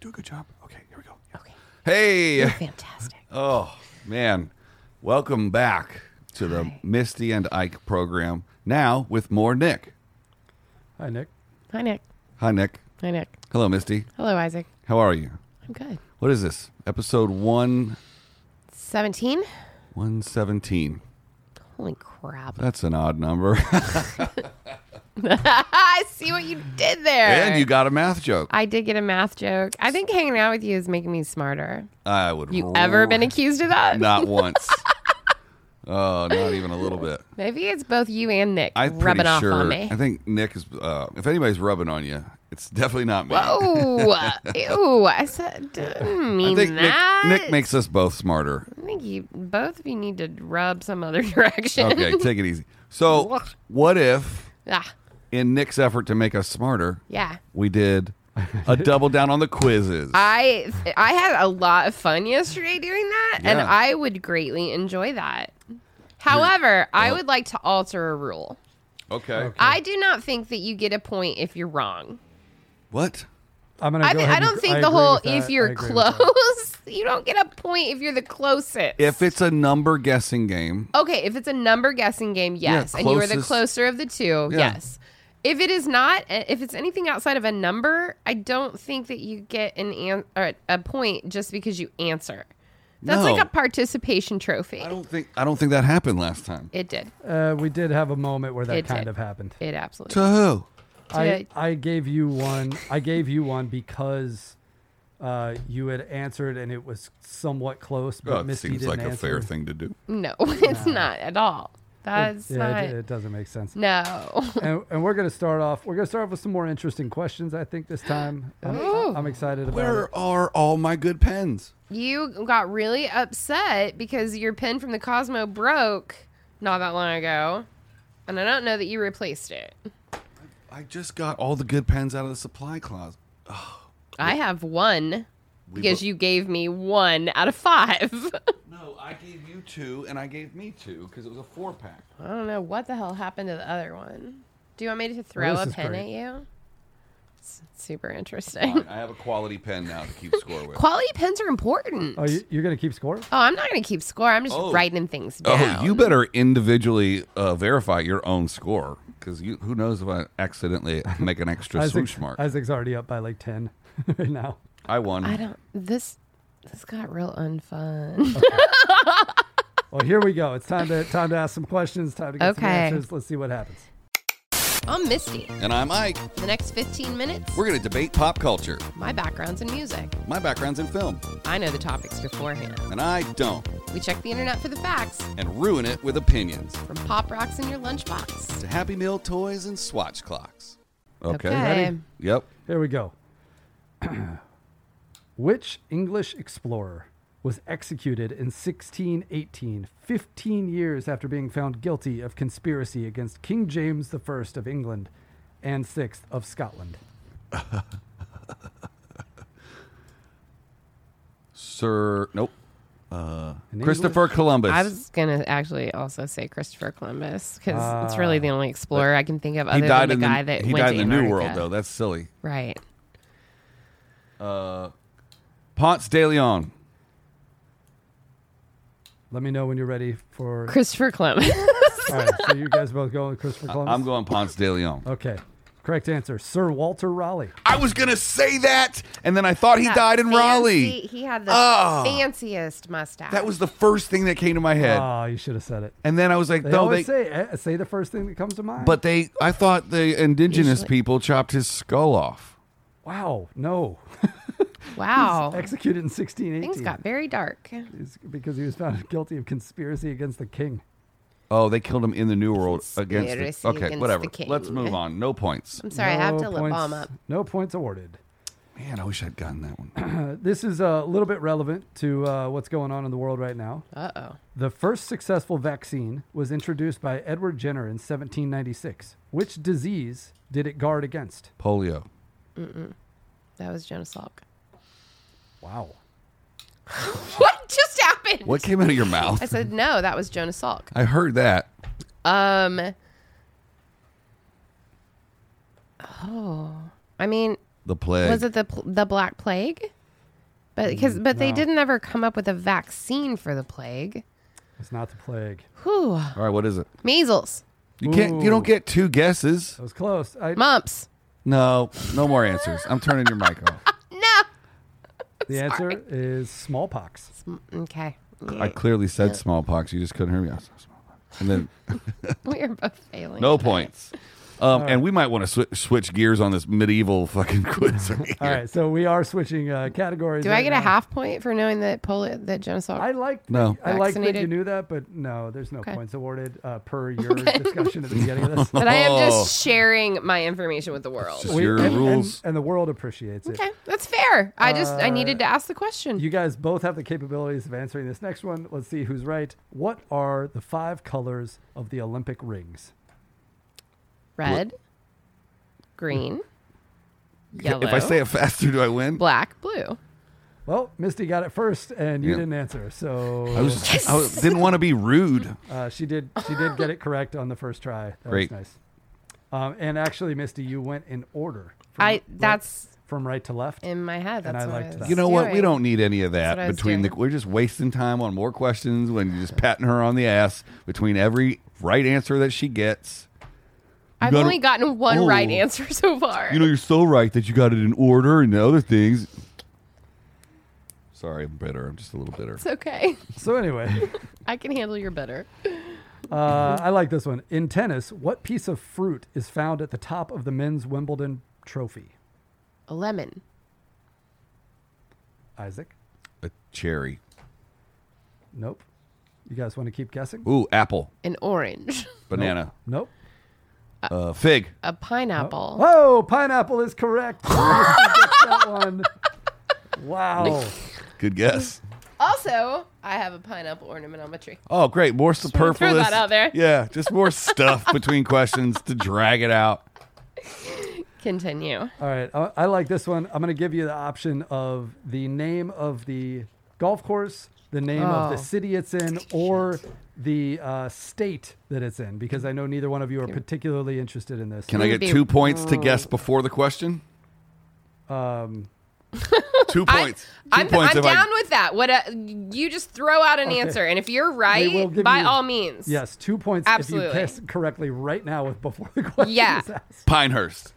do a good job. Okay, here we go. Yeah. Okay. Hey, Fantastic. oh man, welcome back to the Hi. Misty and Ike program. Now with more Nick. Hi, Nick. Hi, Nick. Hi, Nick. Hi, Nick. Hello, Misty. Hello, Isaac. How are you? I'm good. What is this? Episode one 17? one seventeen. Holy crap. That's an odd number. Ah, I see what you did there. and you got a math joke. I did get a math joke. I think hanging out with you is making me smarter. I would. You ever Oh. been accused of that? Not once. oh, not even a little bit. Maybe it's both you and Nick I'm rubbing pretty off sure. on me. I think Nick is. Uh, if anybody's rubbing on you, it's definitely not me. Whoa. Ew. I said, didn't I mean think Nick, that. Nick makes us both smarter. I think you both of you need to rub some other direction. Okay, take it easy. So, what if ah, in Nick's effort to make us smarter, yeah. we did a double down on the quizzes? I I had a lot of fun yesterday doing that, and Yeah. I would greatly enjoy that. However, I would like to alter a rule. okay. I do not think that you get a point if you're wrong. What? I'm gonna. I, go mean, ahead I and don't gr- think I the agree whole with if that. I you're agree with that. close, you don't get a point if you're the closest. If it's a number guessing game, Okay, if it's a number guessing game, yes. and you were the closest- closer of the two, Yeah. yes. If it is not, eh, if it's anything outside of a number, I don't think that you get an, an or a point just because you answer. That's No. like a participation trophy. I don't think I don't think that happened last time. It did. Uh, we did have a moment where that It kind did. of happened. It absolutely. To who? I, Did- I gave you one. I gave you one because uh, you had answered and it was somewhat close, but Oh, it Misty seems didn't like a answer. fair thing to do. no, it's not at all. That's yeah, not. It, it doesn't make sense. no. And, and we're gonna start off. We're gonna start off with some more interesting questions. I think this time. I'm, Ooh. I'm excited about it. Where are all my good pens? you got really upset because your pen from the Cosmo broke not that long ago, and I don't know that you replaced it. I just got all the good pens out of the supply closet. I have one We because bo- you gave me one out of five. No, I gave you two, and I gave me two because it was a four pack. I don't know what the hell happened to the other one. Do you want me to throw Well, this a is pen great. at you? It's super Fine, interesting. I have a quality pen now to keep score with. Quality pens are important. Oh, you, you're gonna keep score? Oh, I'm not going to keep score. I'm just Oh. writing things Oh, down. you better individually uh, verify your own score because you who knows if I accidentally make an extra swoosh Isaac, mark. Isaac's already up by like ten right now. I won. I don't. This this got real unfun. Well, here we go. It's time to time to ask some questions. Time to get some Okay. answers. Let's see what happens. I'm Misty. and I'm Ike. The next 15 minutes, We're going to debate pop culture. my background's in music. My background's in film, I know the topics beforehand. and I don't. We check the internet for the facts And ruin it with opinions. from pop rocks in your lunchbox. To Happy Meal toys and swatch clocks. Okay. Okay. Yep. Here we go. Which English explorer was executed in 1618, 15 years after being found guilty of conspiracy against King James I of England and VI of Scotland? Sir. Nope. In Christopher English- Columbus. I was gonna actually also say Christopher Columbus because it's Ah. really the only explorer I can think of he other died than in the the, guy that he went died to in the New World Antarctica. though. That's silly. Right. Ponce de Leon. Let me know when you're ready for. Christopher Columbus. All right, so you guys both going with Christopher Columbus? I'm going Ponce de Leon. Okay. Correct answer Sir Walter Raleigh. I was gonna say that, and then I thought he That died in fancy- Raleigh. He had the Ah. fanciest mustache. That was the first thing that came to my head, Ah, you should have said it. and then I was like, They no, they. always say eh, say the first thing that comes to mind. but they, I thought the indigenous Usually- people chopped his skull off. wow, no, wow. executed in 1618. Oh. Things got very dark. is because he was found guilty of conspiracy against the king. Oh, they killed him in the New World against. Conspiracy The, okay, against whatever. the Let's king. move on. No points. I'm sorry, I have to lip points- balm up. No points awarded. Man, I wish I'd gotten that one. Uh, this is a little bit relevant to uh, what's going on in the world right now. Uh oh. The first successful vaccine was introduced by Edward Jenner in 1796. Which disease did it guard against? Polio. That was Jonas Salk. Wow. What just happened? What came out of your I mouth? said no. That was Jonas Salk. I heard that. Um. Oh, I mean, the plague. Was it the pl- the Black Plague? But because but they no. didn't ever come up with a vaccine for the plague. It's not the plague. Whew. All right, what is it? Measles, You can't. You don't Ooh. get two guesses. That was close. I, mumps. No, no more answers. I'm turning your mic off. No. the answer is smallpox. Okay. I clearly said smallpox. You just couldn't hear me. I said smallpox. And then We are both failing. no points. Um, and we might want to swi switch gears on this medieval fucking quiz. Right here. All right, so we are switching uh, categories. Do right I get a now. half point for knowing that poli- that genocide? I like No. I like that Oh. you Vaccinated. knew that, but no, there's no Okay. points awarded uh, per your discussion at the beginning of this. but I am Oh. just sharing my information with the world. Just your and- and, rules. and, the world appreciates it. Okay, that's fair. I just I needed to ask the question. You guys both have the capabilities of answering this next one. Let's see who's right. What are the five colors of the Olympic rings? Red, green, yellow, If I say it faster, do I win? black, blue. Well, Misty got it first, and you Yeah. didn't answer, so I was. Just, I was- didn't want to be rude. uh, she did. She did get it correct on the first try. That Great. was nice. Um, and actually, Misty, you went in order. I From right- that's from right to left. in my head. And That's I what liked I that. was You know what? We doing. don't need any of that what I was between the. doing. We're just wasting time on more questions when you're just patting her on the ass between every right answer that she gets. I've gotta- only gotten one right Oh. answer so far. You know, you're so right that you got it in order and the other things. Sorry, I'm bitter. I'm just a little bitter. it's okay. So anyway, I can handle your better. uh, I like this one. In tennis, what piece of fruit is found at the top of the men's Wimbledon trophy? A lemon. Isaac. A cherry. Nope. You guys want to keep guessing? Ooh, apple. An orange. Banana. Nope. Uh, fig. A pineapple. Oh, pineapple is correct. that one. Wow. Good guess. Also, I have a pineapple ornament on my tree. Oh, great. More wanna superfluous. throw that out there. Yeah, just more stuff between questions to drag it out. Continue. All right. I, I like this one. I'm going to give you the option of the name of the golf course, the name of the Oh. city it's in, or the uh, state that it's in, because I know neither one of you are particularly interested in this. Can I Would get be- two points to guess before the question? Um, two points. Two I'm, points I'm if I- down with that. What uh you just throw out an answer, and if you're will right, give by you- all means, Yes, two points if Absolutely. you guess correctly right now with before the question Yeah. is asked. Pinehurst.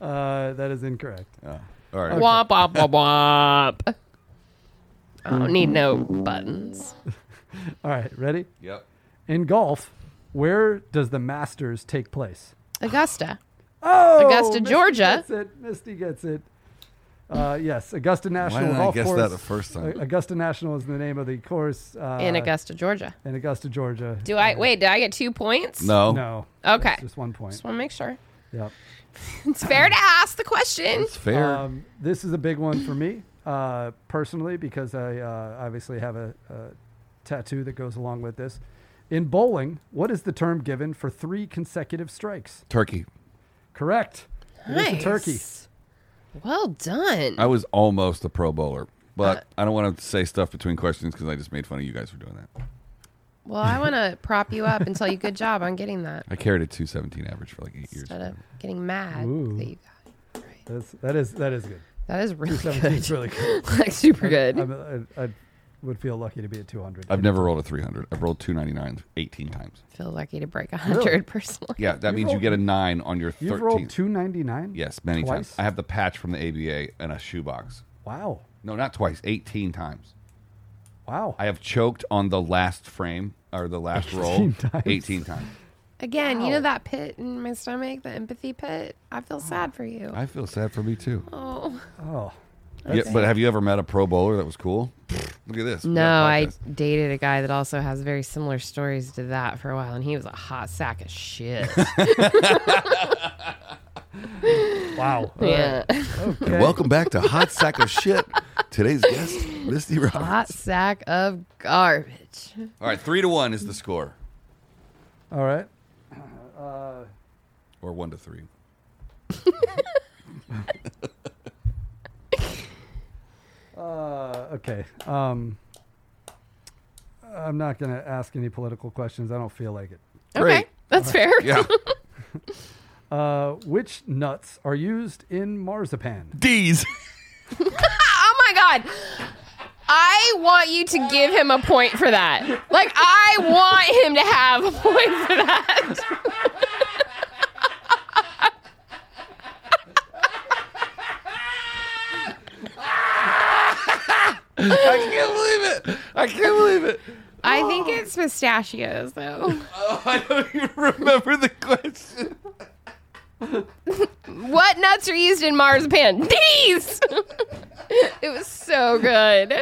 Oh, Uh, that is incorrect. All right. Womp womp womp womp. I don't need no buttons. All right, ready? Yep. In golf, where does the Masters take place? Augusta. Oh, Augusta, Misty Georgia. Gets it. Misty gets it. Uh, yes, Augusta National didn't I Golf guess Course. that the first time? Uh, Augusta National is the name of the course uh, in Augusta, Georgia. in Augusta, Georgia. Do I wait? Did I get two points? No. No. Okay. It's Just one point. Just want to make sure. Yep. It's fair to ask the question. It's fair. Um, this is a big one for me uh, personally because I uh, obviously have a, a tattoo that goes along with this. In bowling, what is the term given for three consecutive strikes? Turkey. Correct. It is the turkey. Nice. Well done. I was almost a pro bowler, Uh, but I don't want to say stuff between questions because I just made fun of you guys for doing that. Well, I want to prop you up and tell you good job on getting that I carried a 217 average for like eight years. instead of getting mad Ooh. that you got. it right. That's, that is that is good. That is really Seventeen's good. really good. like super good. I'm- I, I would feel lucky to be at 200. I've never rolled a 300. I've rolled 299 18 times. feel lucky to break a 100 personally. Yeah, that means you rolled- get a nine on your You've rolled 13th. 299. Yes, many twice? times. I have the patch from the ABA and a shoebox. Wow. No, not twice, 18 times. Wow. I have choked on the last frame or the last roll 18 times. 18 times. Again, you know that pit in my stomach, the empathy pit? I feel sad for you. I feel sad for me too. oh. oh. Yeah, but have you ever met a pro bowler that was cool? Look at this. We got a No, I podcast. dated a guy that also has very similar stories to that for a while, and he was a hot sack of shit. Wow. yeah. And welcome back to Hot Sack of Shit. Today's guest, Misty Rock. hot sack of garbage. All right, three to one is the score, All right. or one to three. Uh, okay. Um, I'm not going to ask any political questions. I don't feel like it. Okay. Great. That's fair. Yeah. Uh, which nuts are used in marzipan? D's. oh my god. I want you to give him a point for that. Like I want him to have a point for that. I can't believe it. I can't believe it. I think it's pistachios though. Oh, I don't even remember the question. What nuts are used in marzipan? These. it was so good.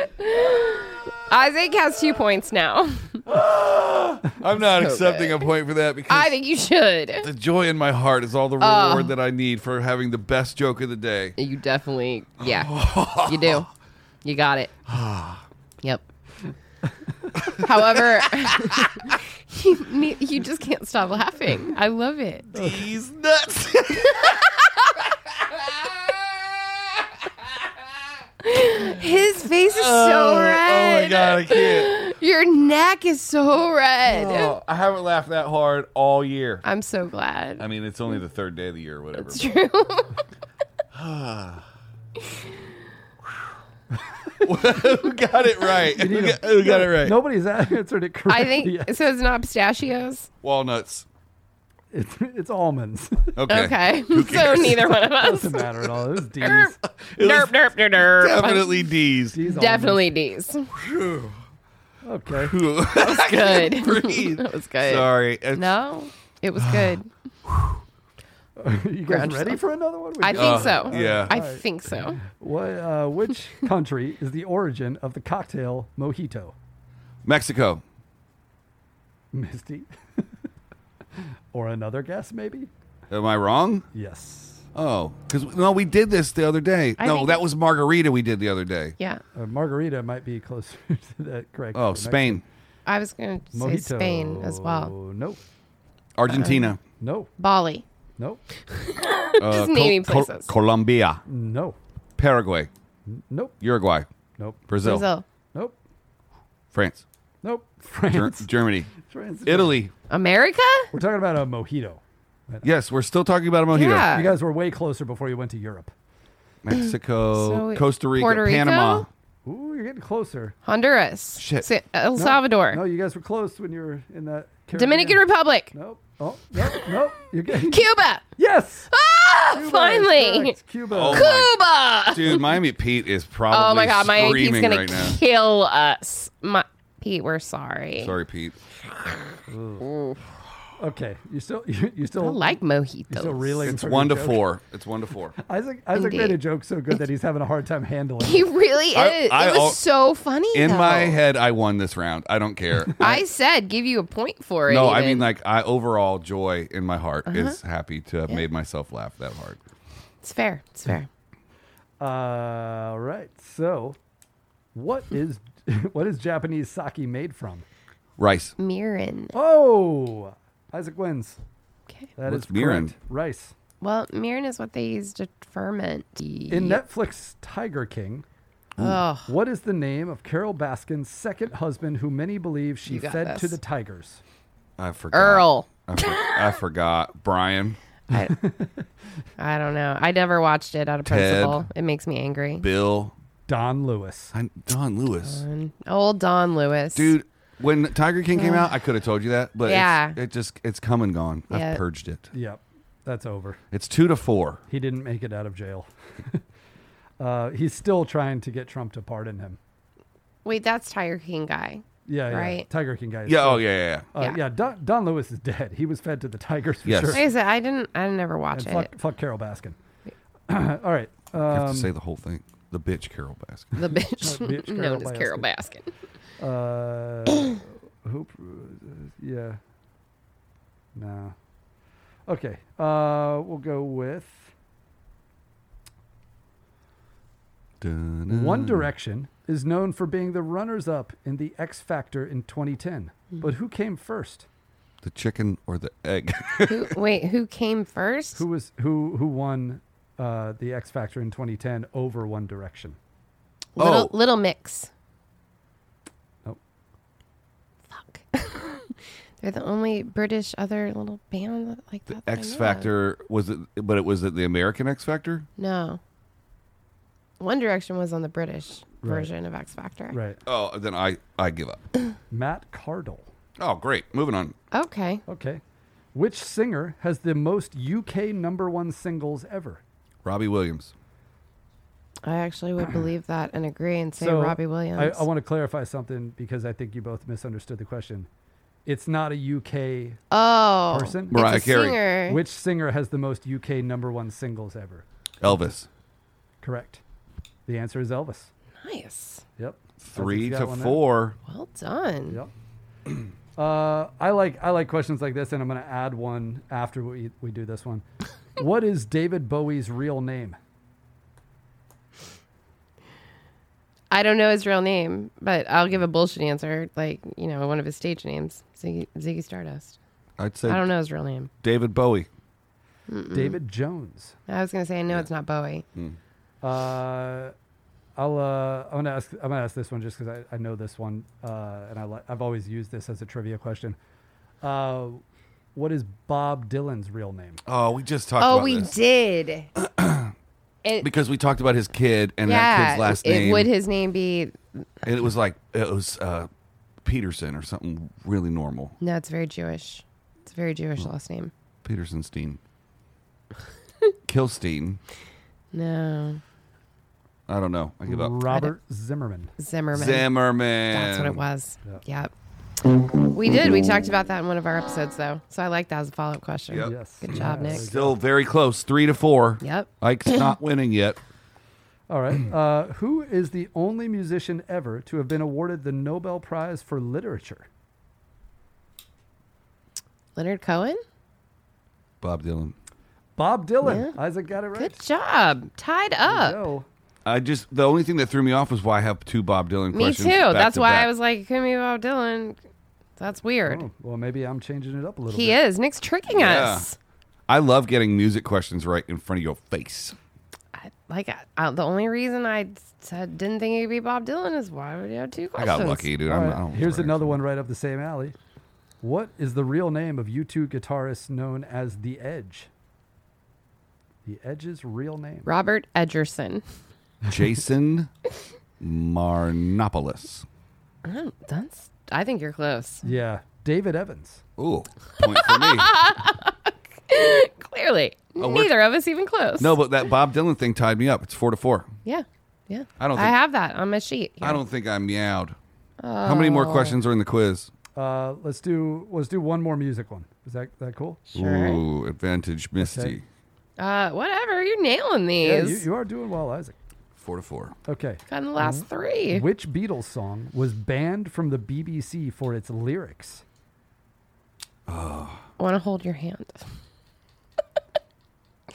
Isaac has two points now. I'm not accepting a point for that because I Oh. think you should. the joy in my heart is all the reward that I need for having the best joke of the day. You definitely, yeah, you do. You got it. Yep. However, you, ne- you just can't stop laughing. I love it. These nuts. His face is so Oh my red. god, I can't. Your neck is so red. Oh, I haven't laughed that hard all year. I'm so glad. I mean, it's only the third day of the year, or whatever. it's true. Who got it right? Who need a- got, who got it right? Nobody's answered it correctly. I think yet. so. It's not pistachios. Walnuts. it's, it's almonds. Okay, Okay. so neither one of us. Doesn't matter at all. It was D's. Derp, It derp, was derp, derp, derp. Definitely D's. D's almonds. Definitely D's. Okay. That's Good. breathe. that was good. Sorry. It's- No, it was good. You guys Ground ready yourself. for another one? We I got- think Uh, so. yeah. I think so. What, uh, which country is the origin of the cocktail mojito? Mexico. Misty. or another guess, maybe? Am I wrong? Yes. Oh, because no, we did this the other day. I no, think- that was margarita we did the other day. Yeah, Uh, margarita might be closer to that correct. Oh, correct. Spain, I was going to say Spain as well. Mojito. Nope. Argentina, No. Bali. No. uh, just naming Col- places. Colombia, No. Paraguay, Nope. Uruguay, Nope. Brazil, Brazil. Nope. France, Nope. Ger- France. Germany, France. Italy. America? We're talking about a mojito. Yes, we're still talking about a mojito. Yeah. You guys were way closer before you went to Europe. Mexico, So, Costa Rica, Puerto Rico? Panama. Ooh, you're getting closer. Honduras. Shit. Sa- El No, Salvador. No, you guys were close when you were in that. Caribbean. Dominican Republic. Nope. Oh, nope. Nope. You're getting. Cuba. yes. Ah, Cuba is finally. correct. Cuba. Oh, Cuba. Dude, Miami Pete is probably Oh my God. My he's screaming going right now. to kill us. My- Pete, we're sorry. Sorry, Pete. Okay. You still. You, you I still. like you still mojitos. reeling. It's from your one to joke? four. It's one to four. Isaac. Isaac made a Indeed. joke joke so good that he's having a hard time handling. He really is. I- I it was al- so funny. In though. my head, I won this round. I don't care. I said give you a point for it. No, I even. mean like I overall joy in my heart Uh-huh. is happy to have made myself laugh that hard. it's fair. It's fair. All right. So, what is what is Japanese sake made from? Rice. Mirin. Oh, Isaac wins. Okay. That is What's mirin? correct. Rice. Well, mirin is what they use to ferment. In Netflix Tiger King, Ugh. what is the name of Carol Baskin's second husband, who many believe she You got fed to this. the tigers? I forgot. Earl. I, for- I forgot. Brian, I, I don't know. I never watched it out of Ted. principle. It makes me angry. Bill, Don Lewis. I, Don Lewis. Old Don Lewis. Dude, when Tiger King came out, I could have told you that, but Yeah. it's, it just it's come and gone. Yeah. I've purged it. Yep, that's over. It's 2 to 4. He didn't make it out of jail. uh, he's still trying to get Trump to pardon him. Wait, that's Tiger King guy. Yeah, yeah. Right. Tiger King guy. is Yeah, still- oh yeah, yeah. yeah. Uh, yeah, Yeah. Don, Don Lewis is dead. He was fed to the Tigers for Yes. sure. Like I said, I didn't. I never watch And it. fuck, fuck Carol Baskin. All right. You have Um, to say the whole thing. The bitch Carol Baskin. The bitch, bitch Carol known as Carol Baskin. uh, who pro- yeah. No. Okay. Uh, we'll go with Dun-dun. One Direction is known for being the runners-up in the X Factor in 2010. Mm-hmm. But who came first? The chicken or the egg? who, wait, who came first? Who was who? Who won uh, the X Factor in 2010 over One Direction? Little, Oh. Little Mix. Nope. Fuck. They're the only British other little band that, like that. that I know X of. Factor was it? But it was it the American X Factor? No. One Direction was on the British Right. version of X Factor. Right. Oh, then I I give up. Matt Cardle. Oh, great. Moving on. Okay. Okay. Which singer has the most UK number one singles ever? Robbie Williams. I actually would believe that and agree and say Robbie Williams. I, I want to clarify something because I think you both misunderstood the question. It's not a UK oh, person. it's Mariah a Carey. singer. Which singer has the most UK number one singles ever? Elvis. Correct. The answer is Elvis. nice. Yep. Three Got to one there. four. Well done. Yep. Uh, I like I like questions like this, and I'm going to add one after we we do this one. what is David Bowie's real name? I don't know his real name, but I'll give a bullshit answer, like you know, one of his stage names, Ziggy, Ziggy Stardust. I'd say I don't know his real name. David Bowie. David Jones. I was gonna say I know it's not Bowie. Uh, I'll uh, I'm gonna ask I'm gonna ask this one just because I, I know this one, uh, and I li- I've always used this as a trivia question. Uh, what is Bob Dylan's real name? Oh, we just talked Oh, about we this. did. it, because we talked about his kid and that yeah. kid's last it- name. Would his name be? and it was like it was uh, Peterson or something really normal. No, it's very Jewish. It's a very Jewish Hmm. last name. Petersonstein. Kilstein. No, I don't know. I give up. Robert Zimmerman. Zimmerman. Zimmerman. That's what it was. Yep. We did. We talked about that in one of our episodes, though. So I like that as a follow up question. Yep. Yes. Good job, Nick. Yeah, very good. Still very close. Three to four. Yep. Ike's not winning yet. All right. Uh, who is the only musician ever to have been awarded the Nobel Prize for Literature? Leonard Cohen. Bob Dylan. Bob Dylan. Isaac got it right. Good job. Tied up. Go. I just the only thing that threw me off was why I have two Bob Dylan Me questions. too. back That's to why I back. was like, it couldn't be Bob Dylan. That's weird. Oh, well, maybe I'm changing it up a little he bit. is. Nick's tricking Yeah. us. I love getting music questions right in front of your face. I, like I, I, the only reason I said didn't think it'd be Bob Dylan is why would you have two I questions? got lucky, dude. All I'm, right, I don't Here's another one right up the same alley. What is the real name of U2 guitarist known as The Edge? The Edge's real name. Robert Edgerson. Jason Marnopoulos. Oh, That's. I think you're close. Yeah. David Evans. Ooh, point for me. Clearly, we're- neither of us even close. No, but that Bob Dylan thing tied me up. It's four to four. Yeah. Yeah. I don't I think- have that on my sheet. I don't think I meowed. How many Oh. more questions are in the quiz? Uh, let's do let's do one more music one. Is that that cool? Sure. Ooh, advantage Misty. Okay. Uh, whatever. You're nailing Yeah, these. you, you are doing well, Isaac. Four to four. Okay. Got in the Mm-hmm. last three. Which Beatles song was banned from the BBC for its lyrics? Want to hold your hand?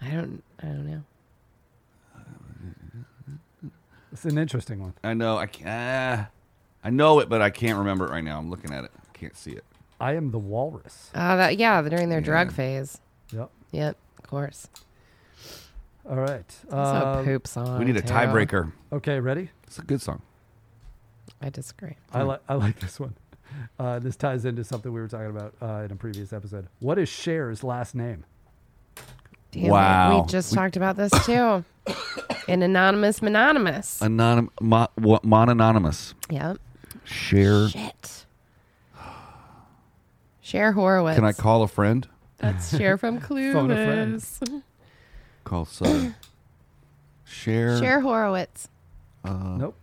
I don't. I don't know. It's an interesting one. I know. I can uh, I know it, but I can't remember it right now. I'm looking at it. I can't see it. I am the walrus. Uh, that yeah. During their drug phase. Yep. Yep. Of course. All right. It's Uh, a poop song. Um, We need a too. tiebreaker. okay, ready? It's a good song. I disagree. I, Hmm. li- I like this one. Uh, this ties into something we were talking about uh, in a previous episode. What is Cher's last name? Damn it, Wow. We just talked about this too. An anonymous mononymous. Anonym, mo, what, mononymous. yep. Share. Shit. Cher Horowitz. Can I call a friend? That's Cher from Phone a friend. Clueless. Call Sue. Share, Cher Horowitz. Uh. nope.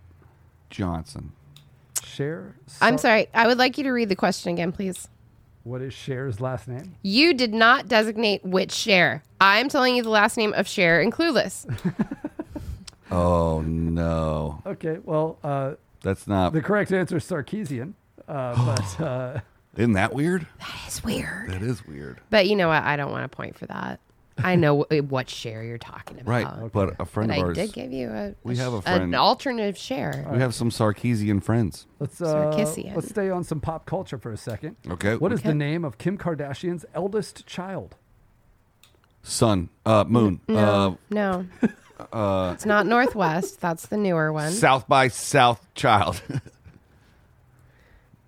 Johnson. Cher. I'm Sar- sorry. I would like you to read the question again, please. What is Cher's last name? You did not designate which Cher. I'm telling you the last name of Cher in Clueless. Oh no, Okay, well, uh, that's not. the correct answer is Sarkeesian. Uh, but uh, Isn't that weird? It's weird. That is weird, But you know what? I don't want a point for that. I know wh- what Cher you're talking about. right? But a friend Oh, But of I ours. did give you a, We have a an friend- alternative share. we have some Sarkeesian friends. let's uh, Sarkeesian. let's stay on some pop culture for a second. Okay. What is the name of Kim Kardashian's eldest child? Sun, uh, moon, No, no. Uh, it's not Northwest. That's the newer uh, one. South by South child.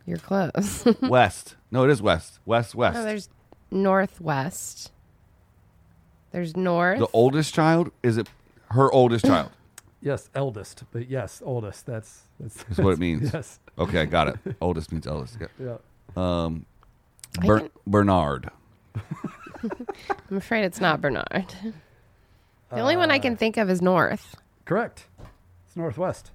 You're close. west. No, it is west. West, west. No, Oh, there's northwest. There's north. the oldest child is it her oldest child Yes, eldest, but yes, oldest. That's that's, is what it means. Yes. Okay, got it. Oldest means eldest. Yeah. Yeah. I Ber- can- Bernard. I'm afraid it's not Bernard. The only one I Uh, can think of is north. Correct. It's northwest.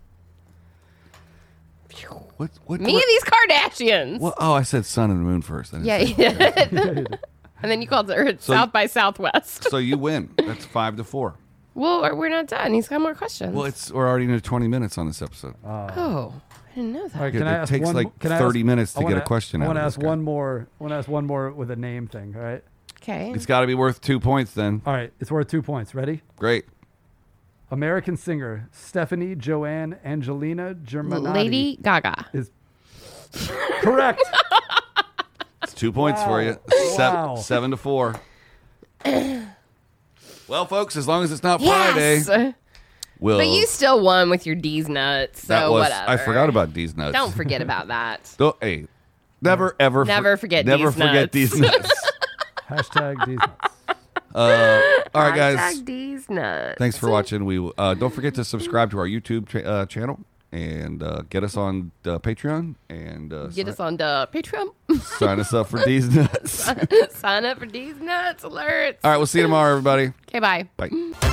What? What? Me what- and these Kardashians. what- oh, I said sun and moon first. I didn't Yeah, say- you did. and then you called the Earth So- South by Southwest. So you win. That's five to four. Well, we're- we're not done. He's got more questions. Well, it's we're already into twenty minutes on this episode. oh, I didn't know that. All right, Yeah, can it I ask takes one, like can I ask- 30 minutes I to get wanna- a question I out wanna of ask this guy. one more. I want to ask one more with a name thing. All right. Okay. it's got to be worth two points then. All right. It's worth two points. Ready? Great. American singer Stephanie Joanne Angelina Germanotti Lady Gaga. is correct. It's two points for you. Wow. Seven, Wow. seven to four. well, folks, as long as it's not Yes. Friday, we'll. But you still won with your D's nuts. So that was. whatever. I forgot about these nuts. Don't forget about that. Don't, hey, never ever, for- Never forget never these forget nuts. these nuts. Hashtag these nuts. All right, guys. Hashtag D's nuts. Thanks for watching. We uh, don't forget to subscribe to our YouTube cha- uh, channel and uh, get us on uh, Patreon and uh, Get si- us on the Patreon. sign us up for these nuts. All Sign up for D's nuts alerts. Uh, right, we'll see you tomorrow, everybody. Okay, bye. Bye.